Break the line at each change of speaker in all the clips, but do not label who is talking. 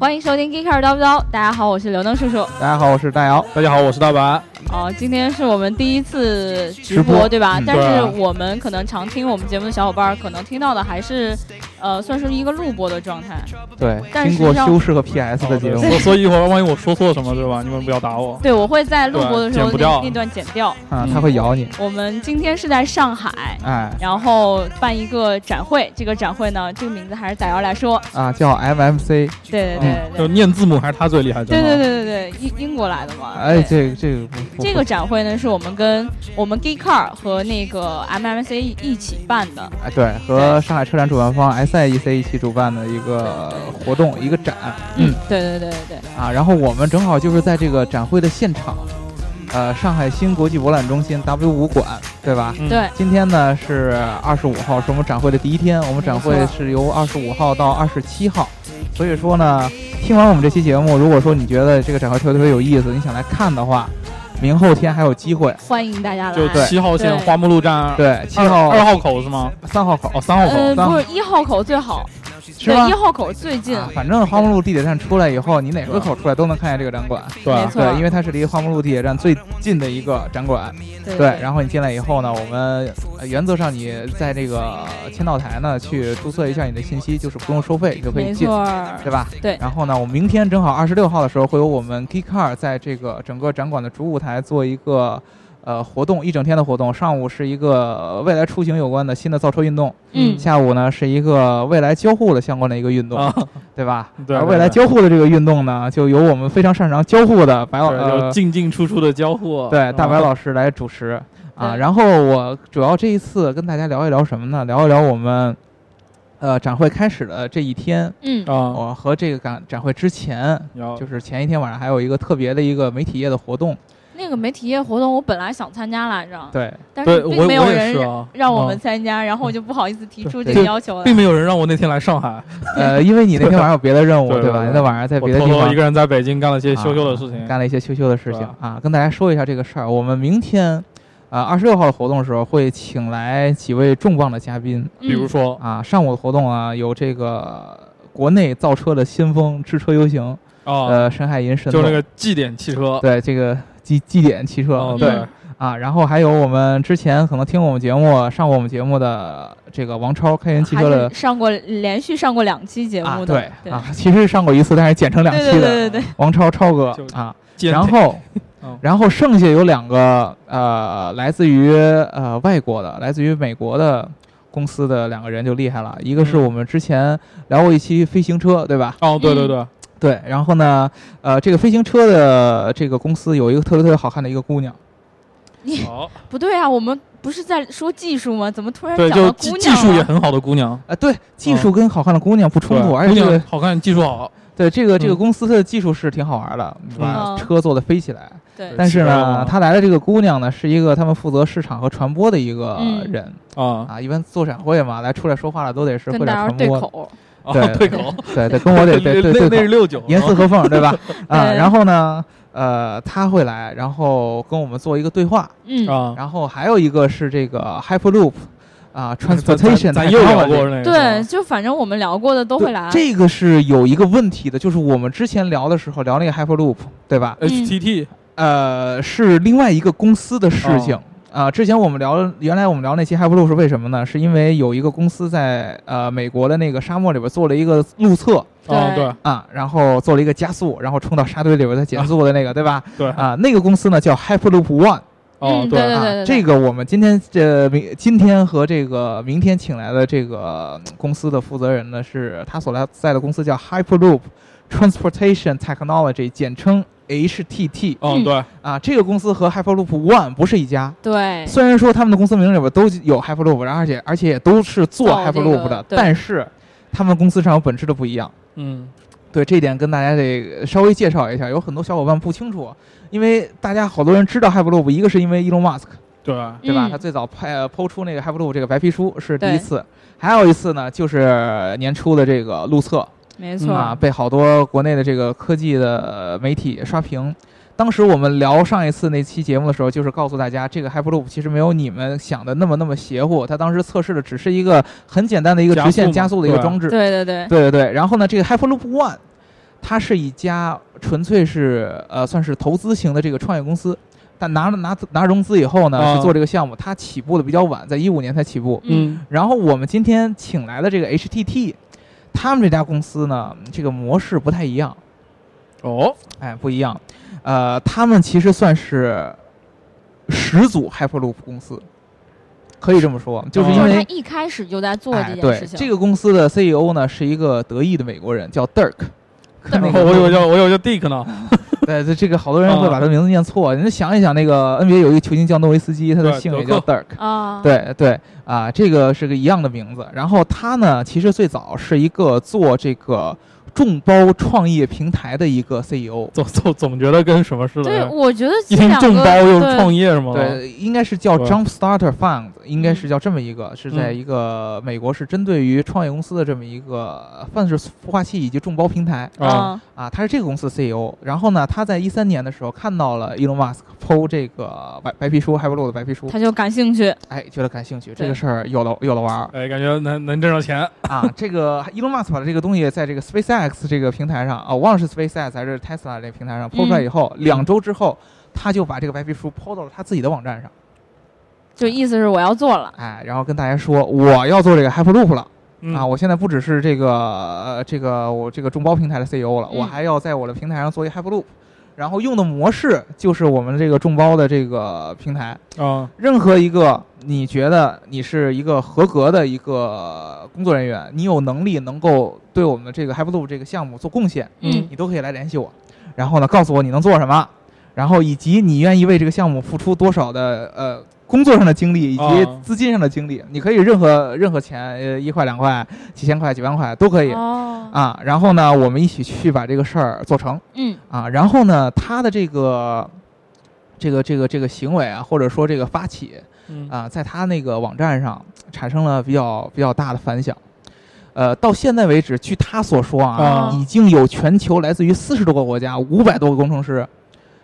欢迎收听《Geeker 叨不叨》，大家好，我是刘能叔叔。
大家好，我是大姚。
大家好，我是大白。
哦，今天是我们第一次直
直
播，
播
对吧？
嗯
但
对
是
啊
我们可能常听我们节目的小伙伴儿，可能听到的还是，呃，算是一个录播的状态。
对，
但是
经过
实际上
修饰和 PS 的节目，
所所以一会儿万一我说错什么，对吧？你们不要打我。
对，我会在录播的时候那
对剪不掉
那段剪掉。
啊，他会咬你。
我们今天是在上海。
哎，
然后办一个展会，这个展会呢，这个名字还是打姚来说，
啊，叫 MMC。
对对对
就
对
念字母还是他最厉害，
对
真
对对对
的
对对，英英国来的嘛，对
哎，这个这个不不
这个展会呢，是我们跟我们 Geekcar 和那个 MMC 一起办的。
哎，对，和上海车展主办方 SIEC 一起主办的一个活动，一个展
嗯，
对对对对对，
啊。然后我们正好就是在这个展会的现场，呃，上海新国际博览中心 W 五馆，对吧？
嗯
对
今天呢是二十五号，是我们展会的第一天。我们展会
没错
是由二十五号到二十七号，所以说呢，听完我们这期节目，如果说你觉得这个展会特别特别有意思，你想来看的话，明后天还有机会。
欢迎大家来。
就七号线
对
花木路站，
啊
对，七
二
号、
二号口是吗？
三号口
哦，三号
呃，
口。
三
不是一号口最好，
是
对，
吧
一？号口最近。
啊反正花木路地铁站出来以后，你哪个口出来都能看见这个展馆。
对
没
啊
错
对，因为它是离花木路地铁站最近的一个展馆。
对
对，然后你进来以后呢，我们呃原则上你在这个呃签到台呢去注册一下你的信息，就是不用收费你就可以
没
进
错，儿。
对吧？
对
然后呢，我们明天正好二十六号的时候，会有我们 Geek Car 在这个整个展馆的主舞台做一个呃活动，一整天的活动。上午是一个呃未来出行有关的新的造车运动，
嗯
下午呢是一个未来交互的相关的一个运 动，
啊，
对吧？
对
而
对
未来
对
交互的这个运动呢，就由我们非常擅长交互的白老
对就
呃
进进出出的交互。
对，大白
啊
老师来主持啊。
对
然后我主要这一次跟大家聊一聊什么呢？聊一聊我们呃展会开始的这一天，
嗯，
啊，
我和这个展展会之前，
然后
就是前一天晚上还有一个特别的一个媒体业的活动，
那个媒体业活动我本来想参加来着，
对
但
对
是
我
并没有
我也
人
是
让
啊，
让我们
嗯
参加，然后我就不好意思提出这
对
个
对
要求来
并。没有人让我那天来上海，
呃，因为你那天晚上有别的任务，
对
对吧？
对
你那晚上在
我
别的
偷
地
偷
方啊
一个人在北京干了些羞羞的事情。
干了一些羞羞的事
是
情
吧
啊，跟大家说一下这个事儿。我们明天。呃，二十六号的活动的时候会请来几位重磅的嘉宾
嗯
比如说
啊。上午的活动啊，有这个国内造车的先锋智车 U 型，
啊，
呃，沈海银神
就那
农
个绩点汽车。
对这个绩绩点汽车，
哦
对
对
啊，然后还有我们之前可能听我们节目、上过我们节目的这个王超开源汽
还
车
是
的
上过连续上过两期节
啊
目，的，
对啊，其实上过一次，但是剪成两
对
期
对
的
对对对，
王超超哥
就
啊，
兼
然
体
后
嗯。
然后剩下有两个呃，来自于呃外国的，来自于美国的公司的两个人就厉害了，一个是
嗯
我们之前聊过一期飞行车，对吧？
哦，对对对，
嗯
对，然后呢，呃，这个飞行车的这个公司有一个特别特别好看的一个姑娘，
好，
不对啊，我们不是在说技术吗？怎么突然
对，
讲到
就
姑
技
娘
技术
了
也很好的姑娘，
啊，对，技术跟好看的姑娘不冲
对
突，而且这
姑
个
娘好看，技术好，
对这个这个
嗯
公司的技术是挺好玩的，把
嗯
车做的飞起来。
对
但是呢，
嗯
他来的这个姑娘呢，是一个他们负责市场和传播的一个
嗯
人
啊，
啊。一般做展会嘛，来出来说话的都得是会
跟
点
大家
传
对
播的，
口，
啊
对
对口，
对对，跟我 得得
那
对
那
对
那是
口，
六九，
严丝合 缝，对吧？啊，
对
然后呢，呃，他会来，然后跟我们做一个对话，
嗯，
啊，
然后还有一个是这个 Hyperloop 啊，Transportation，
咱咱又聊
Technology
过那个，
对，，就反正我们聊过的都会
对
来，
这个是有一个问题的，就是我们之前聊的时候聊那个 Hyperloop，对吧？
嗯
HTT
呃，是另外一个公司的事情。
哦
啊，之前我们聊，原来我们聊那期 Hyperloop 是为什么呢？是因为有一个公司在呃美国的那个沙漠里边做了一个路测
哦，
对
对
啊，然后做了一个加速，然后冲到沙堆里边再减速的那个，对吧？
对，
啊，那个公司呢叫 Hyperloop One
哦
嗯对嗯对
啊，
对对
这个我们今天这明今天和这个明天请来的这个嗯公司的负责人呢，是他所来在的公司叫 Hyperloop Transportation Technology，简称 HTT
嗯
哦对，
啊。这个公司和 Hyperloop One 不是一家，
对，
虽然说他们的公司名里边都有 Hyperloop，然后而且而且也都是做
造这个
Hyperloop 的，
对
但是他们公司上有本质的不一样。
嗯，
对这一点跟大家得稍微介绍一下，有很多小伙伴不清楚，因为大家好多人知道 Hyperloop，一个是因为 Elon Musk。
对，啊
对吧？
嗯
他最早拍呃抛出那个 Hyperloop 这个白皮书是第
对
一次，还有一次呢，就是年初的这个路测
没错，
啊，
嗯
被好多国内的这个科技的呃媒体刷屏。当时我们聊上一次那期节目的时候，就是告诉大家，这个 Hyperloop 其实没有你们想的那么那么邪乎。它当时测试的只是一个很简单的一个直线加
加速嘛
速的一个
对
装置，
对对对，
对对对。然后呢，这个 Hyperloop One，它是一家纯粹是呃算是投资型的这个创业公司，但拿了拿拿融资以后呢，
啊
是做这个项目，它起步的比较晚，在一五年才起步。
嗯
然后我们今天请来的这个 HTT，他们这家公司呢，这个模式不太一样，
哦，
哎，不一样。呃，他们其实算是始祖 Hyperloop 公司，可以这么说，就是因
就是
为
哦他、一开始就在做
哎
这件
对
事情。
这个公司的 CEO 呢是一个德裔的美国人，叫 Dirk。
这么
那
哦我
个
以为叫哦我以为叫 Dick 呢，
对，这这个好多人会把他名字念错。啊你就想一想，那个 NBA 有一个球星叫诺维斯基，他的
对
姓也
德
叫
克
Dirk。
啊，，
对对啊，这个是个一样的名字。然后他呢，其实最早是一个做这个众包创业平台的一个 E CEO。
总总总觉得跟什么似
对，
的，
我觉得这
一听
两
众
个
包又是
对
创业是吗？，
对，应该是叫
对
Jumpstarter Fund，应该是
嗯
叫这么一个，是在
嗯
一个美国是针对于创业公司的这么一个算是孵化器以及众包平台
啊，
啊，
啊，他是这个公司的 CEO。然后呢，他在一三年的时候看到了 Elon Musk 剖这个白白皮书 h y p e r l o 的白皮书，
他就感兴趣，
哎，觉得感兴趣，这
对
个事儿有了有了玩儿。
哎，感觉能能挣着钱，
啊，这个 Elon Musk 把这个东西在这个 SpaceX 这个平台上啊，我忘了是 SpaceX 还是 Tesla 这个平台上抛出来以后，两周之后，他就把这个白皮书抛到了他自己的网站上，
就意思是我要做了。
哎，然后跟大家说我要做这个 Hyperloop 了、
嗯
啊，我现在不只是这个呃这个我这个众包平台的 CEO 了，
嗯
我还要在我的平台上做一 Hyperloop，然后用的模式就是我们这个众包的这个平台，
啊，
任何一个你觉得你是一个合格的一个工作人员，你有能力能够对我们这个 Hyperloop 这个项目做贡献，
嗯
你都可以来联系我，然后呢，告诉我你能做什么，然后以及你愿意为这个项目付出多少的呃工作上的精力以及
哦
啊
资金上的精力，你可以任何任何钱，呃一块两块、几千块、几万块都可以
哦，
啊，然后呢，我们一起去把这个事儿做成。
嗯
啊，然后呢，他的这个这个这个这个行为啊，或者说这个发起
嗯
啊、在他那个网站上产生了比较比较大的反响。呃，到现在为止，据他所说啊，
啊
已经有全球来自于四十多个国家、五百多个工程师，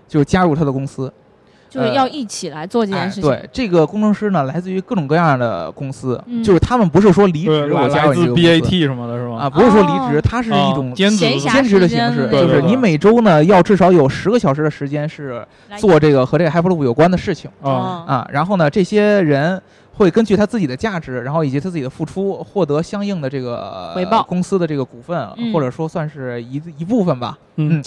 就是加入他的公司。
就是要一起来做这件
呃哎，
事情。
对，这个工程师呢，来自于各种各样的公司，
嗯
就是他们不是说离
对
职我
来
加
来
入你
自
这个公司
BAT 什么的是
啊，
吗？
不是说
哦
离职，它是
啊
一种
兼职
闲暇
兼职的形式，
时间
对
就
对
是
对
你每周呢要至少有十个小时的时间是
来
做这个和这个 Hyperloop 有关的事情
啊，
哦
啊。然后呢，这些人会根据他自己的价值，然后以及他自己的付出，获得相应的这个
回报
公司的这个股份，啊
嗯
或者说算是一一部分吧。
嗯，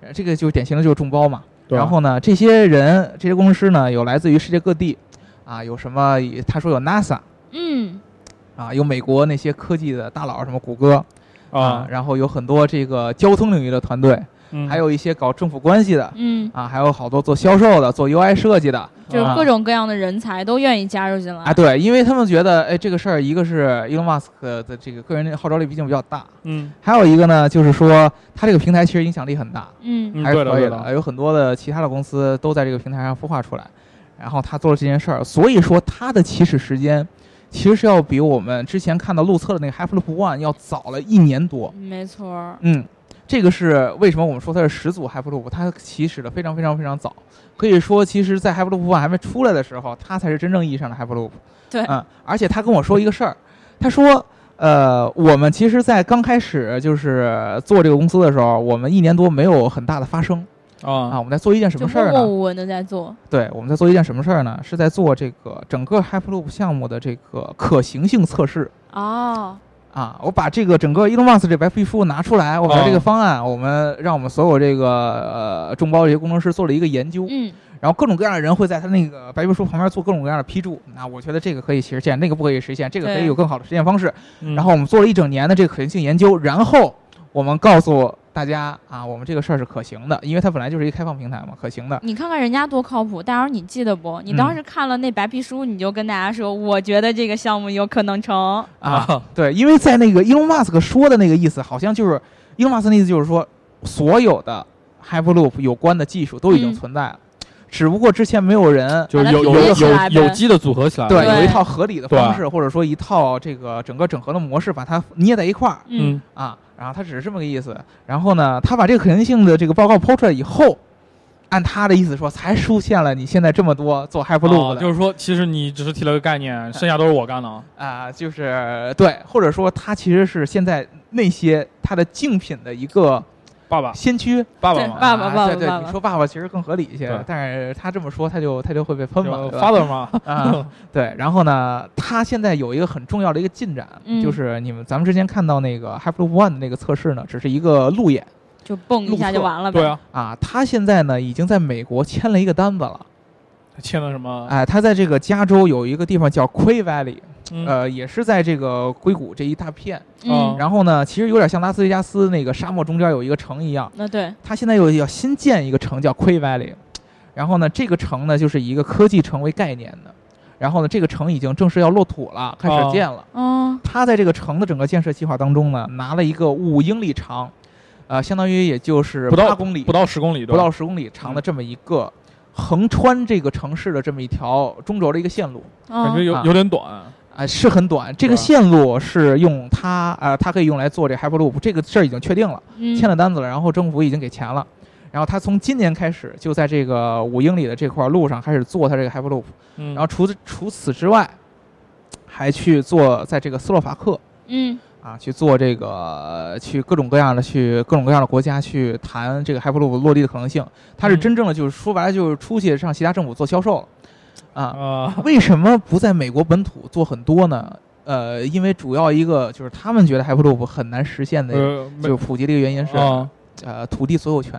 呃这个就是典型的就是众包嘛。
对啊
然后呢，这些人这些公司呢，有来自于世界各地，啊，有什么？他说有 NASA
嗯，
啊，有美国那些科技的大佬，什么谷歌。啊
啊，，
然后有很多这个交通领域的团队，
嗯
还有一些搞政府关系的
嗯，
啊，还有好多做销售的、做 UI 设计的
就是
啊
各种各样的人才都愿意加入进来。
啊，对，因为他们觉得，哎，这个事儿，一个是 Elon Musk 的这个个人的号召力毕竟比较大，
嗯
还有一个呢，就是说他这个平台其实影响力很大，
嗯
嗯，
还是
对的
可以
对
的，
的，
有很多的其他的公司都在这个平台上孵化出来，然后他做了这件事儿，所以说他的起始时间。其实是要比我们之前看到路测的那个 Hyperloop One 要早了一年多，
没错儿。
嗯，这个是为什么我们说它是始祖 Hyperloop，它起始的非常非常非常早，可以说其实在 Hyperloop One 还没出来的时候，它才是真正意义上的 Hyperloop。
对
嗯，而且他跟我说一个事儿，他说。呃，我们其实，在刚开始就是做这个公司的时候，我们一年多没有很大的发声啊。
啊，
我们在做一件什
就
么事
默
儿
默
呢？
无闻的在做，
对，我们在做一件什么事儿呢？是在做这个整个 Hyperloop 项目的这个可行性测试。
哦，
啊，我把这个整个 Elon Musk 这白皮书拿出来，我把
哦
这个方案，我们让我们所有这个呃众包这些工程师做了一个研究，
嗯，
然后各种各样的人会在他那个白皮书旁边做各种各样的批注。那我觉得这个可以实现，那个不可以实现，这个可以
对
有更好的实现方式。
嗯
然后我们做了一整年的这个可行性研究，然后我们告诉大家啊，我们这个事儿是可行的，因为它本来就是一个开放平台嘛，可行的。
你看看人家多靠谱。大姚，你记得不？你当时看了那白皮书，你就跟大家说，我觉得这个项目有可能成。
啊，对，因为在那个 Elon Musk 说的那个意思，好像就是 Elon Musk 的意思就是说，所有的 Hyperloop 有关的技术都已经
嗯
存在了，只不过之前没有人
就是有有
把它
有
组
合起来呗
有有机的组合起来，
对
对
有一套合理的
对
方式，或者说一套这个整个整合的模式，把它捏在一块儿
嗯
嗯，
啊。然后他只是这么个意思。然后呢，他把这个可行性的这个报告抛出来以后，按他的意思说，才出现了你现在这么多做 Hyperloop
啊
的，
就是说，其实你只是提了个概念，剩下都是我干的啊。
啊、就是对，或者说它其实是现在那些它的竞品的一个
爸爸，
先驱
爸爸
对
嘛
爸爸
啊
爸爸
对对
爸爸
你说爸爸其实更合理一些
对，
但是他这么说他就他就会被喷嘛，
就
对吧
，father 嘛，
啊，对，然后呢，它现在有一个很重要的一个进展，
嗯
就是你们咱们之前看到那个 Hyperloop One 的那个测试呢，只是一个路演
就蹦一下就完了呗。
对啊，
啊，它现在呢已经在美国签了一个单子了，
他签了什么？
哎，它在这个加州有一个地方叫 Quay Valley，
嗯，
呃，也是在这个硅谷这一大片，
嗯，
然后呢，其实有点像拉斯维加斯那个沙漠中间有一个城一样，
那对，
它现在又要新建一个城叫 Quay Valley，然后呢，这个城呢就是以一个科技城为概念的，然后呢，这个城已经正式要落土了，开
哦
始建了。
嗯，
他在这个城的整个建设计划当中呢，拿了一个五英里长，呃，相当于也就是
不到
八公里，
不到嗯十公里，对
不
吧
到十公里长的这么一个横穿这个城市的这么一条中轴的一个线路，
感觉
嗯，
有
啊
有点短，
啊、是很短。这个线路是用它，呃，它可以用来做这 Hyperloop，这个事儿已经确定了，
嗯
签了单子了，然后政府已经给钱了。然后他从今年开始就在这个五英里的这块路上开始做他这个 Hyperloop，
嗯，
然后除此除此之外，还去做在这个斯洛伐克
嗯
啊，去做这个，去各种各样的去各种各样的国家去谈这个 Hyperloop 落地的可能性。它是
嗯
真正的就是说白了就是出去让其他政府做销售了，啊，
啊，
为什么不在美国本土做很多呢？呃，因为主要一个就是他们觉得 Hyperloop 很难实现的，
呃，没
就是普及的一个原因是，
啊，
呃，土地所有权。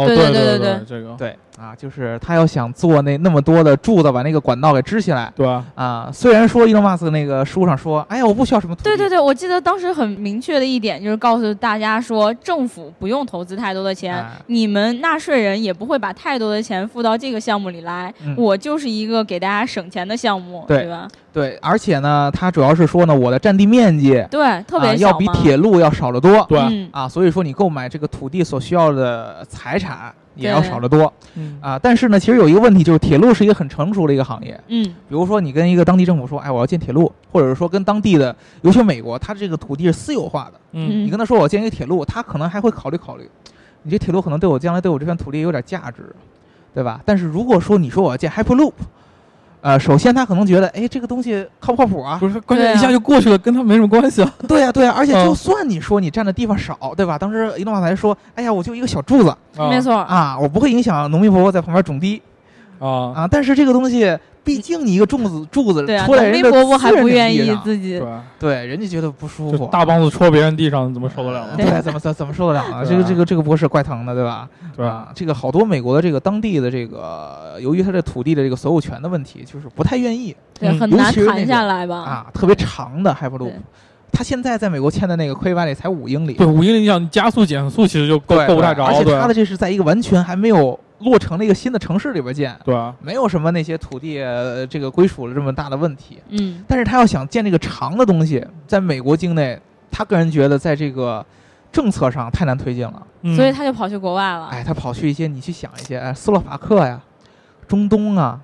哦，
对对
对
对
对
对，
这个
对啊，就是他要想做那那么多的柱子，把那个管道给支起来
对吧？
啊。虽然说伊隆马斯克那个书上说，哎呀，我不需要什么土地，
对对对，我记得当时很明确的一点就是告诉大家说，政府不用投资太多的钱，
哎
你们纳税人也不会把太多的钱付到这个项目里来。
嗯
我就是一个给大家省钱的项目，
对
吧？
对，而且呢，它主要是说呢，我的占地面积
对，特别
啊、
小、
要比铁路要少得多
对，
嗯
啊，所以说你购买这个土地所需要的财产也要
对
少得多
嗯
啊。但是呢，其实有一个问题就是，铁路是一个很成熟的一个行业。
嗯
比如说，你跟一个当地政府说，哎，我要建铁路，或者是说跟当地的，尤其美国，它这个土地是私有化的，
嗯
你跟他说我要建一个铁路，他可能还会考虑考虑，你这铁路可能对我将来对我这片土地有点价值，对吧？但是如果说你说我要建 Hyperloop，呃，首先他可能觉得，哎，这个东西靠不靠谱啊？
不是，关键
对啊
一下就过去了，跟他没什么关系啊。
对呀、对呀、而且
嗯
就算你说你占的地方少，对吧？当时移动马才说，哎呀，我就一个小柱子
没错，
啊，我不会影响农民伯伯在旁边种地
啊，
啊。但是这个东西，毕竟你一个柱子柱子
嗯对啊，
戳在
农
人
民
家
伯伯还
私人
不
领
愿
地
意
上
自己
对，，啊
对，人家觉得不舒
就
服。
大棒子戳别人地上，怎么受得了啊
啊
呢？
对，怎么怎怎么受得了呢？啊这个这个这个博士怪疼的，对吧？
对吧？
啊，这个好多美国的这个当地的这个，由于他这土地的这个所有权的问题，就是不太愿意
对，
嗯
很
尤
难
其是那
谈下
种
来吧？
啊，特别长的 Hyperloop
对。
他现在在美国签的那个亏 v 里才五英里，
对，五英里，你想你加速减速其实就够
对
够不太
对
着，
而且
对啊
他的这是在一个完全还没有落成的一个新的城市里边建，
对啊，
没有什么那些土地呃这个归属的这么大的问题。
嗯，
但是他要想建这个长的东西，在美国境内，他个人觉得在这个政策上太难推进了。
嗯
所以他就跑去国外了。
哎，他跑去一些你去想一些，哎，斯洛伐克呀，中东啊，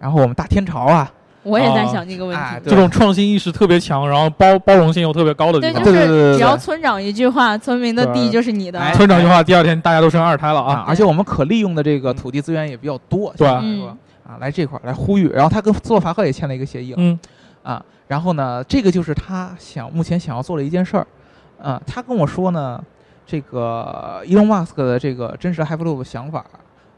然后我们大天朝啊，
我也在
啊
想这个问
哎
题。
对
这种创新意识特别强，然后包包容性又特别高的地
对，
方
就
对对对对
是
对
只要村长一句话，村民的地
对
就是你的。
哎
村长计划第二天大家都生二胎了
啊
啊，，
而且我们可利用的这个土地资源也比较多，
对
相来说
嗯
啊，来这块儿来呼吁，然后他跟斯洛伐克也签了一个协议了
嗯
啊，然后呢，这个就是他想目前想要做的一件事儿，啊，他跟我说呢，这个 Elon Musk 的这个真实 Hyperloop 的想法。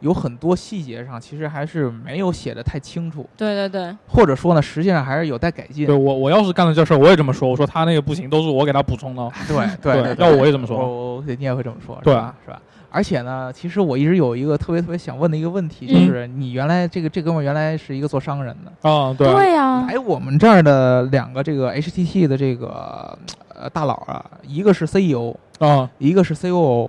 有很多细节上其实还是没有写的太清楚，
对对对，
或者说呢，实际上还是有待改进
对。我我要是干了这事儿，我也这么说，我说他那个不行，都是我给他补充的，
对对对，
要我也这么
我
说，
我我哦你也会这么说，
对啊
是吧？是吧？而且呢，其实我一直有一个特别特别想问的一个问题，就是你原来这个这哥们儿原来是一个做商人的，
啊，对
对呀，
来我们这儿的两个这个 HTT 的这个呃大佬啊，一个是 CEO，
啊，
一个是 COO。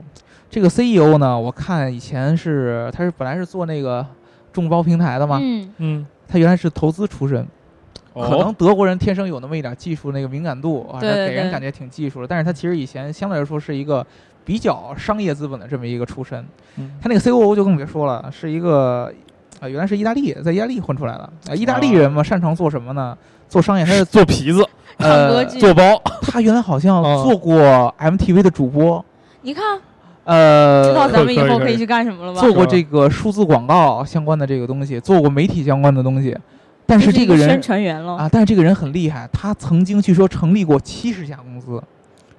这个 CEO 呢，我看以前是他是本来是做那个众包平台的嘛，
嗯，
嗯，
他原来是投资出身，
哦
可能德国人天生有那么一点技术那个敏感度啊，
对对
给人
对
感觉挺技术的。但是他其实以前相对来说是一个比较商业资本的这么一个出身。
嗯
他那个 COO 就更别说了，是一个啊、原来是意大利，在意大利混出来的。啊、意大利人嘛，擅长做什么呢？做商 业，他是
做皮子，
唱歌
呃，
剧
做包，
他原来好像
哦
做过 MTV 的主播，
你看，知道
呃，
咱们以
可以
后
可以
可以去干什么了吧？
做过这个数字广告相关的这个东西，做过媒体相关的东西。但是
这
这个人啊
宣传员了。
啊，但是这个人很厉害，他曾经据说成立过七十家公司，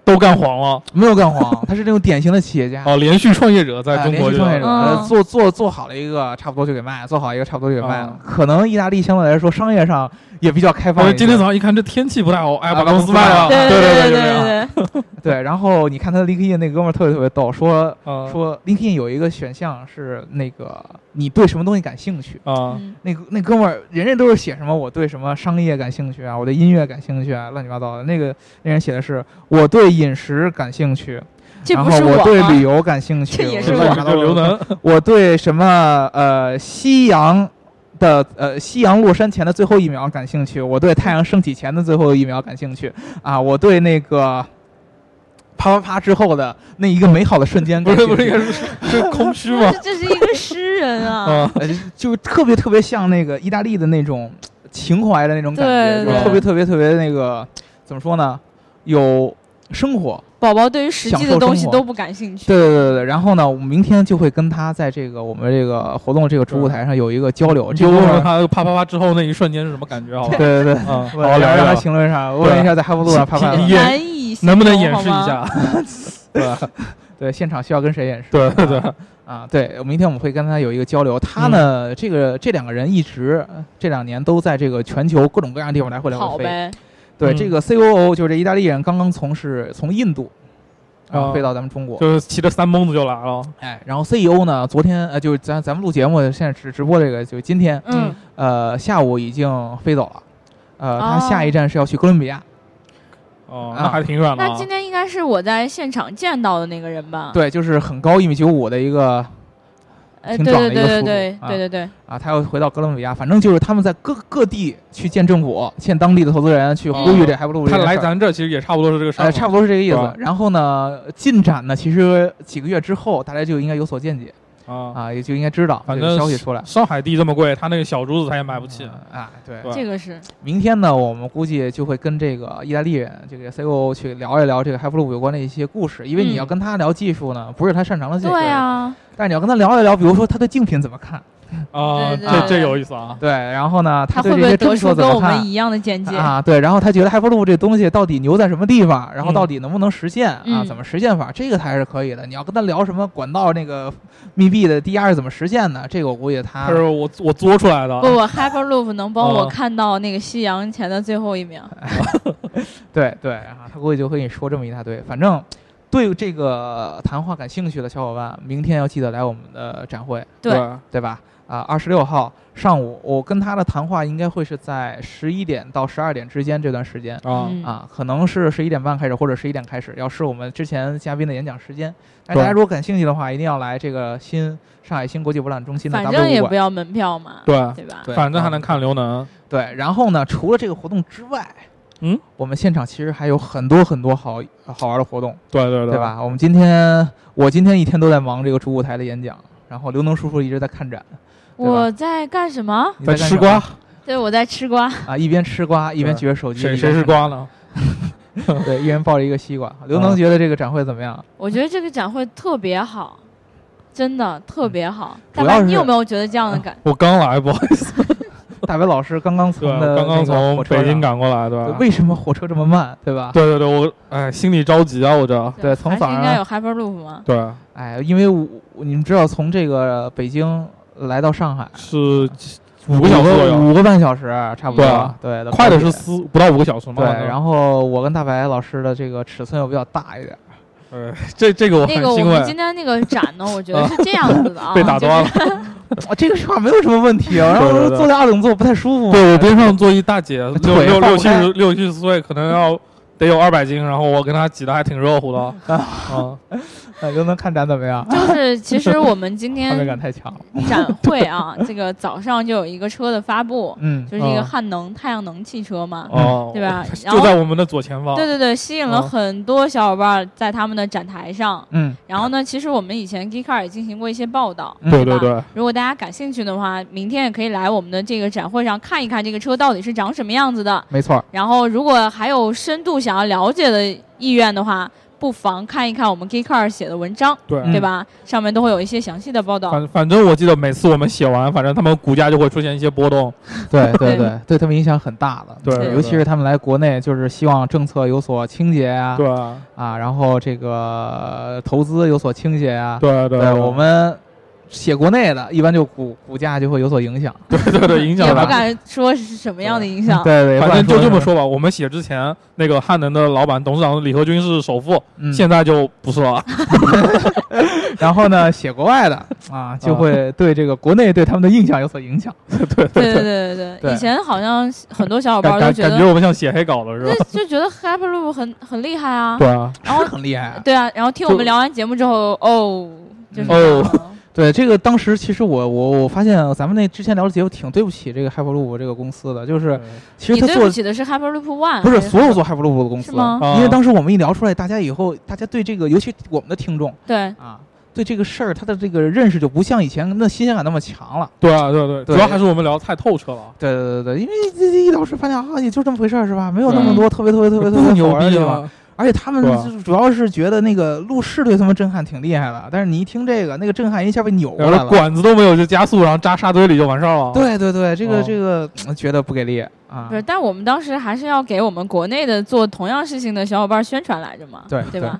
都干黄了。
没有干黄，他是那种典型的企业家，
哦，连续创业者在
哎
中国
啊连续
就
创业者，呃
嗯
做做做好了一个，差不多就给卖了；做好一个，差不多就给卖了
哦。
可能意大利相对来说商业上也比较开放一
我
些。
今天早上一看这天气不太好，哎，
啊
把
把
公
公
司
司卖
卖了。
了
对
对
对
对
对
对。
对对，
对，然后你看他的 LinkedIn 那哥们儿特别特别逗，说
啊
说 LinkedIn 有一个选项是那个你对什么东西感兴趣。
啊
嗯
那个那哥们儿，人家都是写什么我对什么商业感兴趣啊，我对音乐感兴趣啊，乱七八糟的。那个那人写的是我对饮食感兴趣，
这
然
不
后
是啊
我对
吗
旅游感兴趣，
这也
我
是
对
我
乱
这
七八糟
个叫
的
刘能
我对什么呃夕阳的呃夕阳落山前的最后一秒感兴趣，我对太阳升起前的最后一秒感兴趣啊，我对那个啪啪啪之后的那一个美好的瞬间
不
感兴趣，
是不是应该是是空虚吗
这？这是一个诗人啊，
啊，
呃，就是特别特别像那个意大利的那种情怀的那种感觉，
对
就是
对
特别特别特别那个怎么说呢，有生活，
宝宝对于实际
享
的
受
东
生
西
活
都不感兴趣。
对对对对，然后呢，我们明天就会跟他在这个我们这个活动这个主舞台上有一个交流。
你
这
就
个
问
部
问
分，
他啪啪啪之后那一瞬间是什么感觉？好吧
对，对对，
啊，好
我
好聊
让他
聊，
评论上问一下在哈佛 路上啪啪
对
啪，
演
难以形
能不能
容
演
好
示一
吗
下？ 对吧
对，现场需要跟谁演示？
对对嗯对，
啊，对，明天我们会跟他有一个交流。他呢，这个这两个人一直呃这两年都在这个全球各种各样的地方来回来
好
回飞。
呗，
对，
嗯
这个 COO 就是这意大利人，刚刚从事从印度。然后
啊
飞到咱们中国，
就是骑着三蹦子就来了。
哎，然后 CEO 呢，昨天呃，就是咱咱们录节目，现在直直播这个，就今天，
嗯，
呃，下午已经飞走了。呃，他
哦
下一站是要去哥伦比亚，
哦，
啊
那还挺远的
那
啊。
今天应该是我在现场见到的那个人吧？，
对，就是很高一米九五的一个
呃，
挺
对
壮的
对
一
对对
个叔
对
叔啊
对对对，
啊，他要回到哥伦比亚，反正就是他们在各各地去见政府、见当地的投资人，去呼吁这 h y p e r l o
哦他来咱这儿其实也差不多是这个事儿
呃，
嘛，
差不多是这个意
是
思
吧。
然后呢，进展呢，其实几个月之后，大家就应该有所见解
啊。
啊，也就应该知道
反
这
正
个消息出来。
上海地这么贵，他那个小竹子他也买不起。
嗯啊，对。
对
这个是
明天呢，我们估计就会跟这个意大利人这个 COO 去聊一聊这个 h y p e r l o 有关的一些故事，因为
嗯
你要跟他聊技术呢，不是他擅长的技术。
对啊，
但是你要跟他聊一聊，比如说他对竞品怎么看，
啊，
对对
这
对
这有意思啊。
对，然后呢，
他
对
会不
这
会
些
得
政
出
策怎
跟我
么
们
看
一样的见解？
啊？对，然后他觉得 Hyperloop 这东西到底牛在什么地方，然后到底能不能实现啊？
嗯
怎么实现法？这个才是可以的。你要跟他聊什么管道那个密闭的 DR 是怎么实现的？这个我估计他
他是我我作出来的
不不，Hyperloop 能帮我
啊
看到那个夕阳前的最后一秒。
对对啊，他估计就会跟你说这么一大堆。反正对这个谈话感兴趣的小伙伴，明天要记得来我们的展会，
对
对吧？啊，二十六号上午，我跟他的谈话应该会是在十一点到十二点之间这段时间。
啊，
嗯
啊，可能是十一点半开始，或者十一点开始，要是我们之前嘉宾的演讲时间。但
对
大家如果感兴趣的话，一定要来这个新上海新国际博览中心的
反
大
正
博
也
物
不
馆。
要门票嘛，
对，
对吧？
啊对，
反正还能
啊
看刘能。
对。然后呢，除了这个活动之外，
嗯，
我们现场其实还有很多很多好好玩的活动，
对对
对？吧？我们今天我今天一天都在忙这个主舞台的演讲，然后刘能叔叔一直在看展，对吧
我在干什么？
你
在
干
吃
什么
瓜，
对，我在吃瓜。
啊，一边吃瓜一边
对
举着手机，
谁
一
谁
边
是
看
瓜呢？
展？对，一人抱着一个西瓜。刘能
啊
觉得这个展会怎么样？
我觉得这个展会特别好，真的特别好。大
嗯主
白，
要
你有
是嗯
没有觉得这样的感？
我刚来，不好意思，
大伟老师刚刚从
对，
的
我刚刚
那个
从
火车
北京
上
赶过来，对
对
吧？
为什么火车这么慢，对吧？
对对对，我哎，心里着急啊，我这
对从
还是
早
应
上
该有 Hyperloop 吗？
对
哎，因为我你们知道，从这个北京来到上海
是五
五
个小时左右，嗯
五个半小时差不
对
多
啊。
对的，
快的是四不到五个小时嘛。
对。然后我跟大白老师的这个尺寸又比较大一点，
后呃， 这这个我很
那个我
欣
们今
慰，
天那个展呢，我觉得是这样 子的啊，
被打
就
断
是
了。
啊，这个说话没有什么问题啊。然
对对
后
对
坐在二等座不太舒服。
对我边上坐一大 姐，六
腿
六
放不
六七
开
十六七十岁，可能要 得有二百斤，然后我跟她挤得还挺热 乎的。啊，
哎刘能看展怎么 样？
就是其实我们今
画面
天
感太强了。
展会啊， 这个早上就有一个车的发布，
嗯，
就是一个
嗯
汉能太阳能汽车嘛，
哦，
对吧然后
就在我们的左前方。
对对对，吸引了
嗯
很多小伙伴在他们的展台上。
嗯，
然后呢，其实我们以前 Geekcar 也进行过一些报道。
嗯
对
对
对
吧
对，
如果大家感兴趣的话，明天也可以来我们的这个展会上看一看这个车到底是长什么样子的。
没错儿。
然后，如果还有深度想要了解的意愿的话，不妨看一看我们 Geekcar 写的文章，
对嗯
对吧？上面都会有一些详细的报道。
反反正我记得每次我们写完，反正他们股价就会出现一些波动。
对
对
对对，对他们影响很大的。
对
对
尤其是他们来国内，就是希望政策有所倾斜啊，
对
啊，然后这个投资有所倾斜啊。
对对，
我们写国内的，一般就股股价就会有所影响。
对对对影响
也
大
不敢说是什么样的影响。
对对，
啊反正就这么
说，
说吧，我们写之前，那个汉能的老板、董事长李和军是首富，
嗯
现在就不是了。
然后呢，写国外的啊，就会对这个国内对他们的印象有所影响。
对对对对
对
以前好像很多小伙
感
伴
感
都觉
感觉
得，
我们像写黑稿了是吧？
就就觉得 Hyperloop 很很厉害 啊。
对啊，
然后
是很厉害啊。
对啊，然后听我
就
们聊完节目之后，哦，就是
哦
这样
对这个，当时其实我我我发现咱们那之前聊的节目挺对不起这个 Hyperloop 这个公司的，就是其
你
实他
对不
做
起的是 Hyperloop One，
不是
还
所有做 Hyperloop 的公
啊是
司，
吗？
啊
因为当时我们一聊出来，大家以后大家对这个，尤其我们的听众
对，
啊，对这个事儿他的这个认识就不像以前那新鲜感那么强了。
对啊对对，
对
主要还是我们聊得太透彻了。
对对对对，因为这这一聊是发现啊，也就这么回事儿是吧？没有那么
对
多特别特别特别特
嗯不
别
牛
好玩的
逼
地方。
啊！
而且他们
对吧
就是主要是觉得那个路试对他们震撼挺厉害的，但是你一听这个，那个震撼一下被扭过
然
来
后
了。
管子都没有就加速，然后扎沙堆里就完事儿了。
对对对，这个、
哦
这个嗯觉得不给力啊
不。是，但我们当时还是要给我们国内的做同样事情的小伙伴宣传来着嘛，
对
对吧？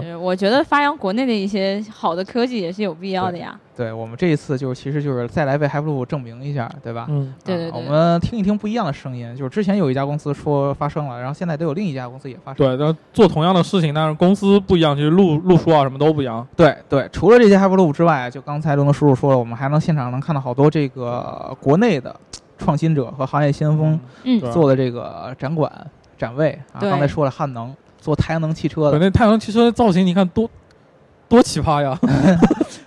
就，是我觉得发扬国内的一些好的科技也是有必要的呀。
对我们这一次就是其实就是再来为 Hyperloop 证明一下，对吧？
嗯，
对对对
啊，我们听一听不一样的声音，就是之前有一家公司说发生了，然后现在都有另一家公司也发生。
对，但做同样的事情，但是公司不一样，其实路路数啊什么都不一样。
对对除了这些 Hyperloop 之外，就刚才龙德叔叔说了，我们还能现场能看到好多这个呃国内的创新者和行业先锋
嗯，
对
做的这个展馆展位啊，
对
刚才说了汉能做太阳能汽车
对，
的，
那太阳能汽车的造型，你看多多奇葩呀！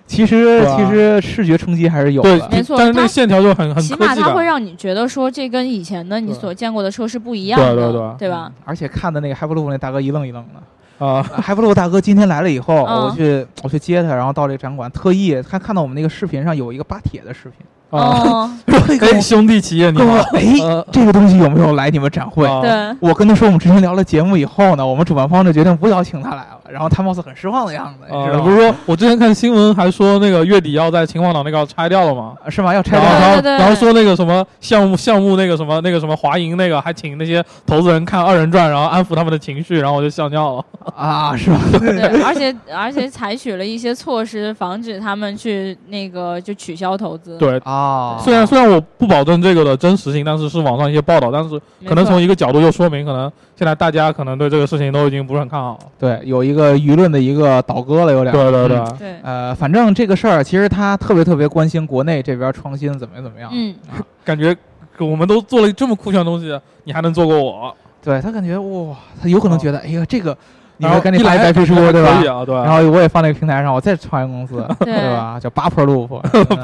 其实
对啊
其实视觉冲击还是有
对，
的。
没错
但是那
它
线条就很很
起
科
码
技
它会
感。啊
让你觉得说这跟以前的你
对
所见过的车是不一样的，
对对
吧？
嗯？而且看的那个 Hyperloop 那大哥一愣一愣的。
啊，
啊 Hyperloop 大哥今天来了以后，
嗯
我去我去接他，然后到这个展馆，特意他看到我们那个视频上有一个扒铁的视频，
啊！
哦，
特意跟
哎，
我
兄弟企业你
跟我
好，
哎，
呃
这个东西有没有来你们展会？
啊
哦对，
我跟他说我们之前聊了节目以后呢，我们主办方就决定不邀请他来了，然后他貌似很失望的样子，你知
啊，
道
不
吗？
是说我之前看新闻还说那个月底要在秦皇岛那个拆掉了吗？
是吗？要拆
然
掉
后，
对对对
了
然后，然后说那个什么项目项目那个什么那个什么华银那个，还请那些投资人看二人转，然后安抚他们的情绪，然后我就笑尿了。
啊？ 是吧？
对，而且而且采取了一些措施，防止他们去那个就取消投资。，
对，
啊，
虽然虽然我不保证这个的真实性，但是是网上一些报道，但是可能从一个角度就说明，可能现在大家可能对这个事情都已经不是很看好了。
对，有一个舆论的一个倒戈了，有点。
对对对，
对，
呃，反正这个事儿，其实他特别特别关心国内这边创新怎么样怎么样。
嗯，
感觉我们都做了这么酷炫的东西，你还能做过我？
对他感觉哇，他有可能觉得，哎呀，这个你
然
们
后
赶紧
一
来
来
白皮书，对
可以
吧？
啊，对。
然后我也放那个平台上，我再创业公司，
对
对吧？叫八坡路夫，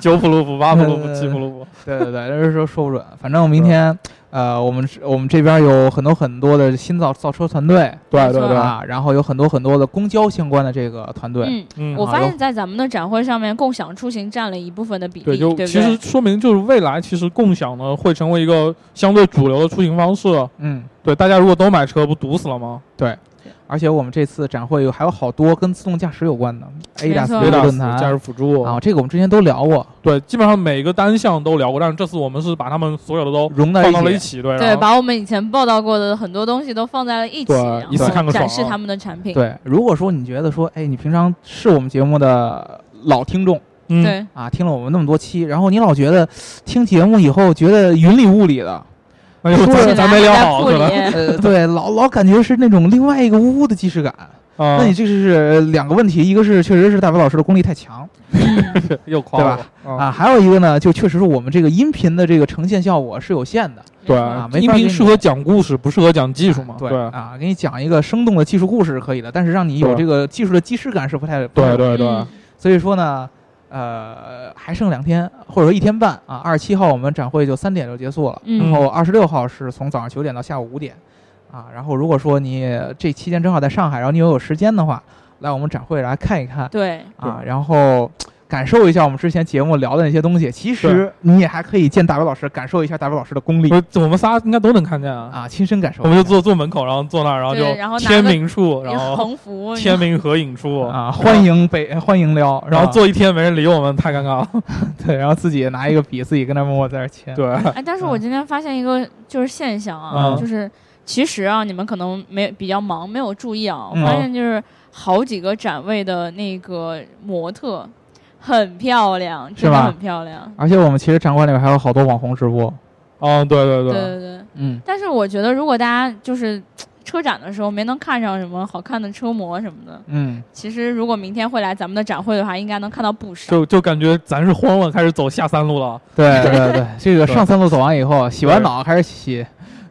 九普鲁普、八普鲁普、
呃
七普鲁普，
对对对，就是说说不准。反正明天，呃，我们我们这边有很多很多的新造造车团队，
对对对
啊，然后有很多很多的公交相关的这个团队，
嗯，
嗯，
我
好
发
的
现在咱们的展会上面，共享出行占了一部分的比例，
对，就
对不
其实
对？
说明就是未来其实共享呢会成为一个相对主流的出行方式。
嗯。
对，大家如果都买车，不堵死了吗？
而且我们这次展会有还有好多跟自动驾驶有关的
没
ADAS
错
的
对
论
驾驾
坛
驶辅助
啊，，这个我们之前都聊过，
对，基本上每个单项都聊过，但是这次我们是把他们所有的都
融到
放到了
一
一
起。
起，对，
对，
然后
把我们以前报道过的很多东西都放在了一起，
对
然
一次
后
看个爽
展
啊
示他们的产品。
对，如果说你觉得说，哎，你平常是我们节目的老听众
嗯，
对
啊，听了我们那么多期，然后你老觉得听节目以后觉得云里雾里的，
那就
说
咱
着
咱没聊好，可能
呃，对，老老感觉是那种另外一个呜呜的既视感。
啊
那，你这是呃两个问题，一个是确实是大白老师的功力太强
又夸
对
我
吧
啊，
啊，还有一个呢，就确实是我们这个音频的这个呈现效果是有限的。啊没
对，音
法给
频
你
适合讲故事，不适合讲技术嘛，
对
对
啊，给你讲一个生动的技术故事是可以的，但是让你有
对
这个技术的既视感是不太不太
对
容易
对对
嗯，
所以说呢，呃，还剩两天或者说一天半啊，二十七号我们展会就三点就结束了，然
嗯，
后二十六号是从早上九点到下午五点啊。然后如果说你这期间正好在上海，然后你又有时间的话，来我们展会来看一看
对，
啊。然后感受一下我们之前节目聊的那些东西。其实你也还可以见大伟老师，感受一下大伟老师的功力
不是我们仨应该都能看见啊。
啊，亲身感受一
我
下。
们就坐坐门口，然后坐那儿，然后
对然后
就
拿
签
个
名处，
一
然
个
后
横幅，
签名合影处，
啊，欢迎北， 呃欢迎撩，
然后
啊
坐一天没人理我们，太尴尬 了。
对，然后自己拿一个笔，自己跟那默默在那签。
对，
哎，但
嗯
是我今天发现一个就是现象啊，
嗯
就是其实啊，你们可能没比较忙，没有注意啊。我
嗯
发现就是好几个展位的那个模特很漂亮，
是
真的
吧
很漂亮。
而且我们其实展馆里面还有好多网红直播。
嗯，对对
对对对。
嗯，
但是我觉得，如果大家就是车展的时候没能看上什么好看的车模什么的，
嗯，
其实如果明天会来咱们的展会的话，应该能看到不少。
就就感觉咱是慌了，开始走下三路了。
对对对，这个
对
上三路走完以后，洗完澡开始洗，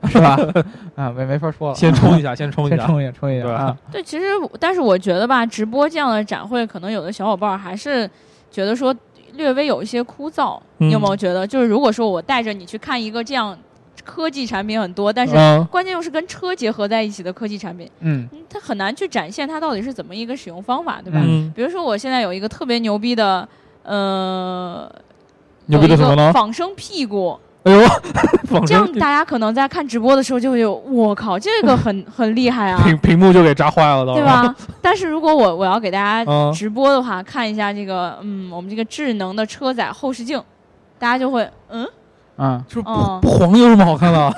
是吧？ 啊，没没法说了，
先冲 一下，先冲一
先
下。
冲一下，冲一下
对
啊！
对，其实我但是我觉得吧，直播这样的展会，可能有的小伙伴儿还是觉得说略微有一些枯燥。你有没
嗯
有觉得，就是如果说我带着你去看一个这样科技产品很多，但是
嗯，
关键又是跟车结合在一起的科技产品，
嗯
嗯它很难去展现它到底是怎么一个使用方法，对吧？
嗯，
比如说我现在有一个特别牛逼的，呃，
牛逼
有
的
一
什
个
么呢？
仿生屁股，
哎呦， 仿
这样
生
大家可能在看直播的时候就会有，我靠，这个很很厉 害啊，
屏屏幕就给扎坏了，都
对？吧？但是如果我我要给大家
啊
嗯
直播的话，看一下这个，嗯，我们这个智能的车载后视镜，大家就会，嗯，
嗯，
就是不
嗯
不黄有什么好看 的？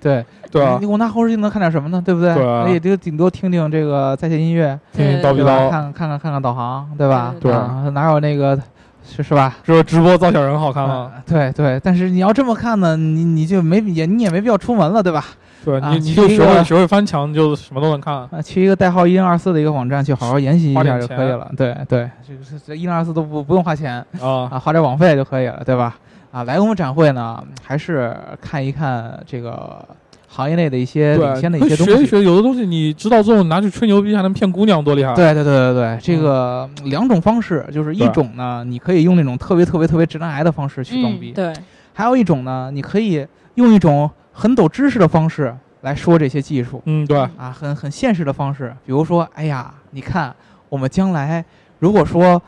对
对啊
你，我拿后视镜能看点什么呢？对不对？
对啊
也就顶多听听这个在线音乐，
听
对
叨
对
逼
吧？
叨，
看看看看看导航，对吧？
对
对
啊，哪有那个是是吧？
说直播造小人好看吗？
啊，对对，但是你要这么看呢，你你就没也你也没必要出门了，对吧？
对
啊
你
去
你就
一
学
个
会学会翻墙，就什么都能看。
啊，去一个代号一零二四的一个网站去好好研习一
花
下
点
就
钱
可以了。对对，这个是这一零二四都不不用花钱
啊，
啊，花点网费就可以了，对吧？啊，来我们展会呢，还是看一看这个行业内的一些领先的
对，
一
可以
些东
学一
西。
学，有的东西你知道之后拿去吹牛逼，还能骗姑娘，多厉害！
对对对对对，这个嗯两种方式，就是一
啊对
种呢，你可以用那种特别特别特别直男癌的方式去装逼
嗯，；对，
还有一种呢，你可以用一种很懂知识的方式来说这些技术。
嗯，对，
啊，很很现实的方式，比如说，哎呀，你看我们将来如果说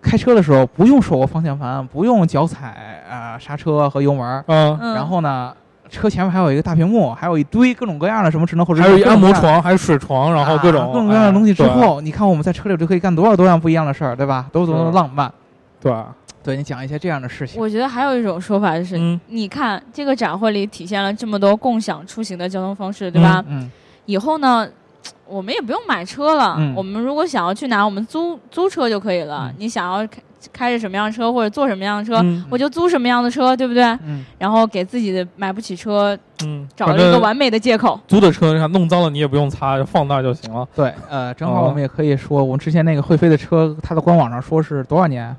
开车的时候不用手握方向盘，不用脚踩啊、刹车和油门儿，
嗯，
嗯，
然后呢，车前面还有一个大屏幕，还有一堆各种各样的什么智能后视
还
镜，
有一
各种
按摩
各样。
床，还有水床，然后各
啊
种
各种各样的东西之
哎对
后，你看我们在车里就可以干多少多样不一样的事儿，对吧？多多
是
的浪漫，
对，
对你讲一些这样的事情，
我觉得还有一种说法就是，
嗯，
你看这个展会里体现了这么多共享出行的交通方式，对吧？
嗯
以后呢，我们也不用买车了，
嗯
我们如果想要去哪，我们租租车就可以了。
嗯
你想要开开着什么样的车或者坐什么样的车，
嗯
我就租什么样的车，对不对？
嗯，
然后给自己的买不起车
嗯，
找了
反
一个
正
完美的借口。
租的车，你看弄脏了你也不用擦，就放那儿就行了。
对，呃，正好
哦
我们也可以说，我们之前那个会飞的车，它的官网上说是多少年？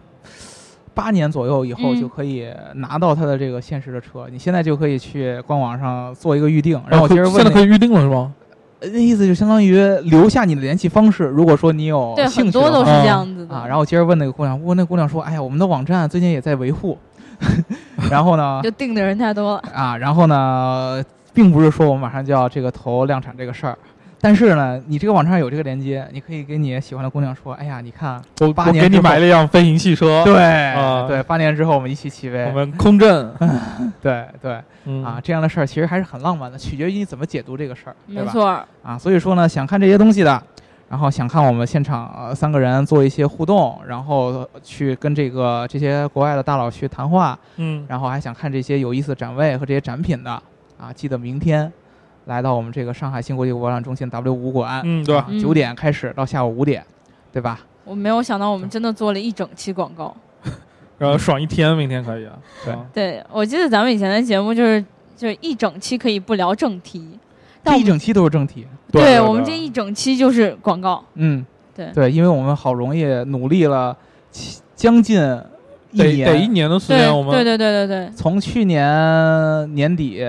八年左右以后
嗯
就可以拿到它的这个现实的车，你现在就可以去官网上做一个预定。然后我
可
其实
现
问
在可
那
以预定了是吗？
那意思就相当于留下你的联系方式，如果说你有
对，
哦兴
很
趣
多都
的
是
话
这样子的。
啊。然后我接着问那个姑娘，我那姑娘说：“哎呀，我们的网站最近也在维护。” 然后
啊
呢
就定的人太多了。
啊，然后呢，并不是说我们马上就要这个投量产这个事儿，但是呢，你这个网站有这个连接，你可以给你喜欢的姑娘说，哎呀，你看，
我
八
我
年
给你
之后
买了一辆飞行汽车，
对、
啊
对，八年之后我们一起起
我
飞，
们空震，
对对、
嗯
啊，，这样的事儿其实还是很浪漫的，取决于你怎么解读这个事儿，对
没
吧？
错，
啊，所以说呢，想看这些东西的。然后想看我们现场、呃、三个人做一些互动，然后去跟这个这些国外的大佬去谈话，
嗯，
然后还想看这些有意思的展位和这些展品的啊，记得明天来到我们这个上海新国际博览中心 W 五馆，
嗯对
啊，九、
嗯
点开始到下午五点，对吧？
我没有想到我们真的做了一整期广告。
然后爽一天，明天可以啊。
对
啊
对，我记得咱们以前的节目就是就是一整期可以不聊正题，但我
这一
们
整期都是正题，
对对
我们这一整期就是广告。
嗯，
对
对，因为我们好容易努力了七将近一
得得一
年，
年的时
对
间，我
对
们
对对对对，
从去年年底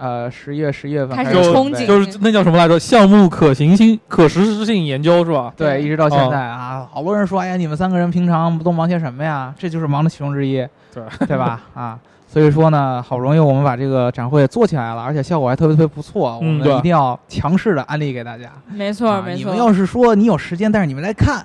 呃十月十月份
开
开
始
始
憧
准备
憬
就是那叫什么来着？项目可行性、可实施性研究是吧？
对，一直到现
啊
在啊，好多人说，哎呀，你们三个人平常都忙些什么呀？这就是忙的其中之一，
对
对吧？ 啊，所以说呢，好不容易我们把这个展会做起来了，而且效果还特别特别不错，我
嗯
们
对
一定要强势的安利给大家。
没错、
啊
没
你
错
们。要是说你有时间，但是你们来看，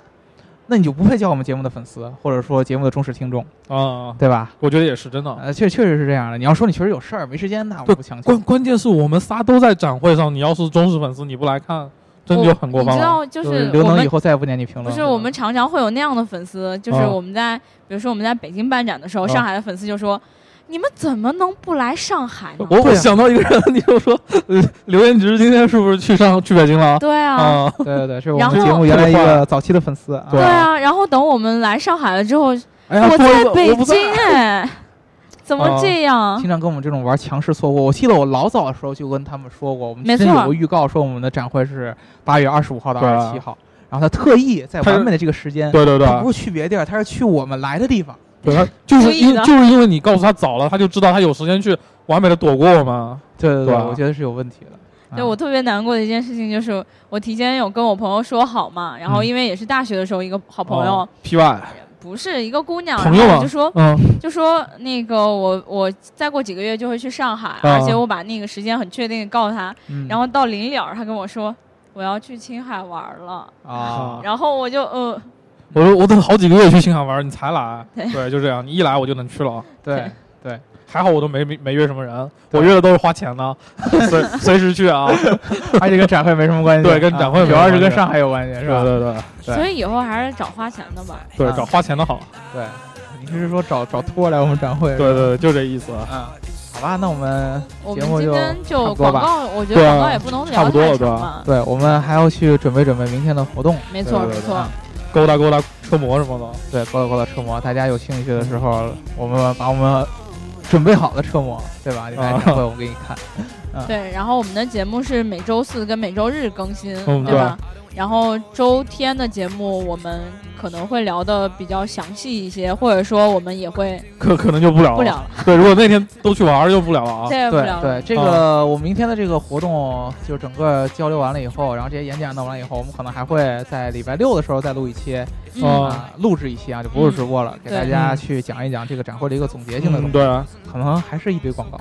那你就不配叫我们节目的粉丝，或者说节目的忠实听众，
啊，
对吧？
我觉得也是真的。
呃，确确实是这样的。你要说你确实有事儿没时间，那我
哦对
不强
关
求。
关键是我们仨都在展会上，你要是忠实粉丝，你不来看，真的就很过
你
分
知
了。
道，就
就是
刘
我
能
们
以后再也不点你评论
不
了。
是我们常常会有那样的粉丝，就是
啊
我们在比如说我们在北京办展的时候，
啊
上海的粉丝就说：“你们怎么能不来上海呢
我
对
我
啊
想到一个人，你就说，呃刘彦直今天是不是去上去北京了啊？”
对啊，
啊，
对对对，是我们
然后
节目原来一
特别
个早期的粉丝啊。
对
对啊。然后等我们来上海了之后，
哎呀，
我
多一
在
个
北
我不在
京 哎，怎么
啊
这样？
经常跟我们这种玩强势错过。我记得我老早的时候就跟他们说过，我们
没
之前有
错
个预告说我们的展会是八月二十五号到
对
二
啊
十七号，然后他特意在
他是
完美的这个时间，
对对对，啊
他不是去别的地儿，他是去我们来的地方。
对他就是
故意
因
的
就是因为你告诉他早了，他就知道他有时间去完美的躲过我们。
对对
对啊
我觉得是有问题的。
对我特别难过的一件事情就是，我提前有跟我朋友说好嘛，然后
嗯
因为也是大学的时候一个好朋友，
哦 P Y，
不是一个姑娘，
朋
然
友
后
啊
就说
嗯，
就说那个我我再过几个月就会去上海，
啊
而且我把那个时间很确定地告诉他，
嗯，
然后到临了他跟我说我要去青海玩了，
哦
啊，
然后我就呃
我说我等好几个月去青海玩，你才来，对，就这样，你一来我就能去了。
对，
还好我都没没没约什么人，
对
我约的都是花钱的， 随随时去 啊。
而且跟展会没什么关系，
对跟展会
啊
没
主
什么
要是
关
跟
系
上海有关系，是
对
吧？
对嗯对
对
所以以后还是找花钱的吧。
对，
啊
找花钱的好。
对，你是说找找托来我们展会？
对，对，对就这意思。
啊，好吧，那我们
我
节
们
目
今
就
天
差
就
不多
广
吧
告，我觉得
对啊
广告也不能
差
聊
不多
太
了
长
对吧
嘛，
对我们还要去准备准备明天的活动。
没错
对对
没
对
错
啊，
勾搭勾搭车模什么的。
对，勾搭勾搭车模，大家有兴趣的时候，我们把我们准备好的车模，对吧？你来展会，我们给你看。
对，然后我们的节目是每周四跟每周日更新，
嗯
对吧？然后周天的节目我们可能会聊的比较详细一些，或者说我们也会
可可能就不了了。
不聊了，
对，如果那天都去玩儿就不聊了啊
这。也不
对
聊了。
对，这个我明天的这个活动，就是整个交流完了以后，然后这些演讲弄完以后，我们可能还会在礼拜六的时候再录一期
嗯
哦
啊，录制一期啊，就不是直播了，给
对
大家
嗯
去讲一讲这个展会的一个总结性的东
嗯，
西，
对啊，
可能还是一堆广告。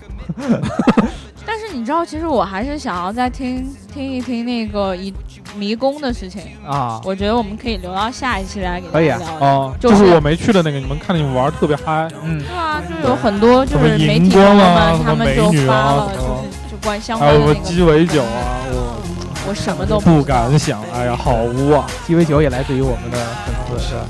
但是你知道，其实我还是想要再听听一听那个迷迷宫的事情，
啊，
我觉得我们可以留到下一期来给大
可以
家
啊
聊。
啊，
就
就是是我没去的那个，你们看你们玩儿特别嗨，
嗯，
对啊，就是有很多就
什么
是媒
荧
体朋友
光啊
们，
什
他
么
们
美
就
女
发
啊
了，
什
就
么
是就关相
还
关
有
的
什么
那
鸡
个，
尾酒啊，我
我什么都
不
知道
敢想，哎呀，好污啊，
鸡尾酒也来自于我们的粉丝，是吧？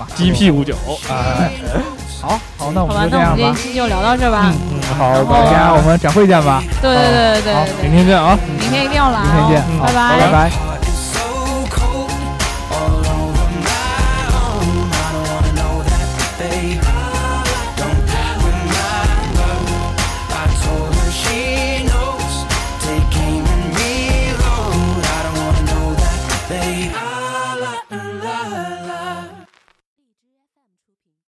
哇
鸡屁股酒啊，
哎， 好好，那我
好
们
吧
就，这
那我
样
们这一
吧。
期就聊到这吧。
嗯，好，
然后
大
大
家
家
我们展会见吧，
对对对对
好
对对
明。天见啊。
明天一定要来、哦，
明天见，
嗯
好
拜拜
拜拜。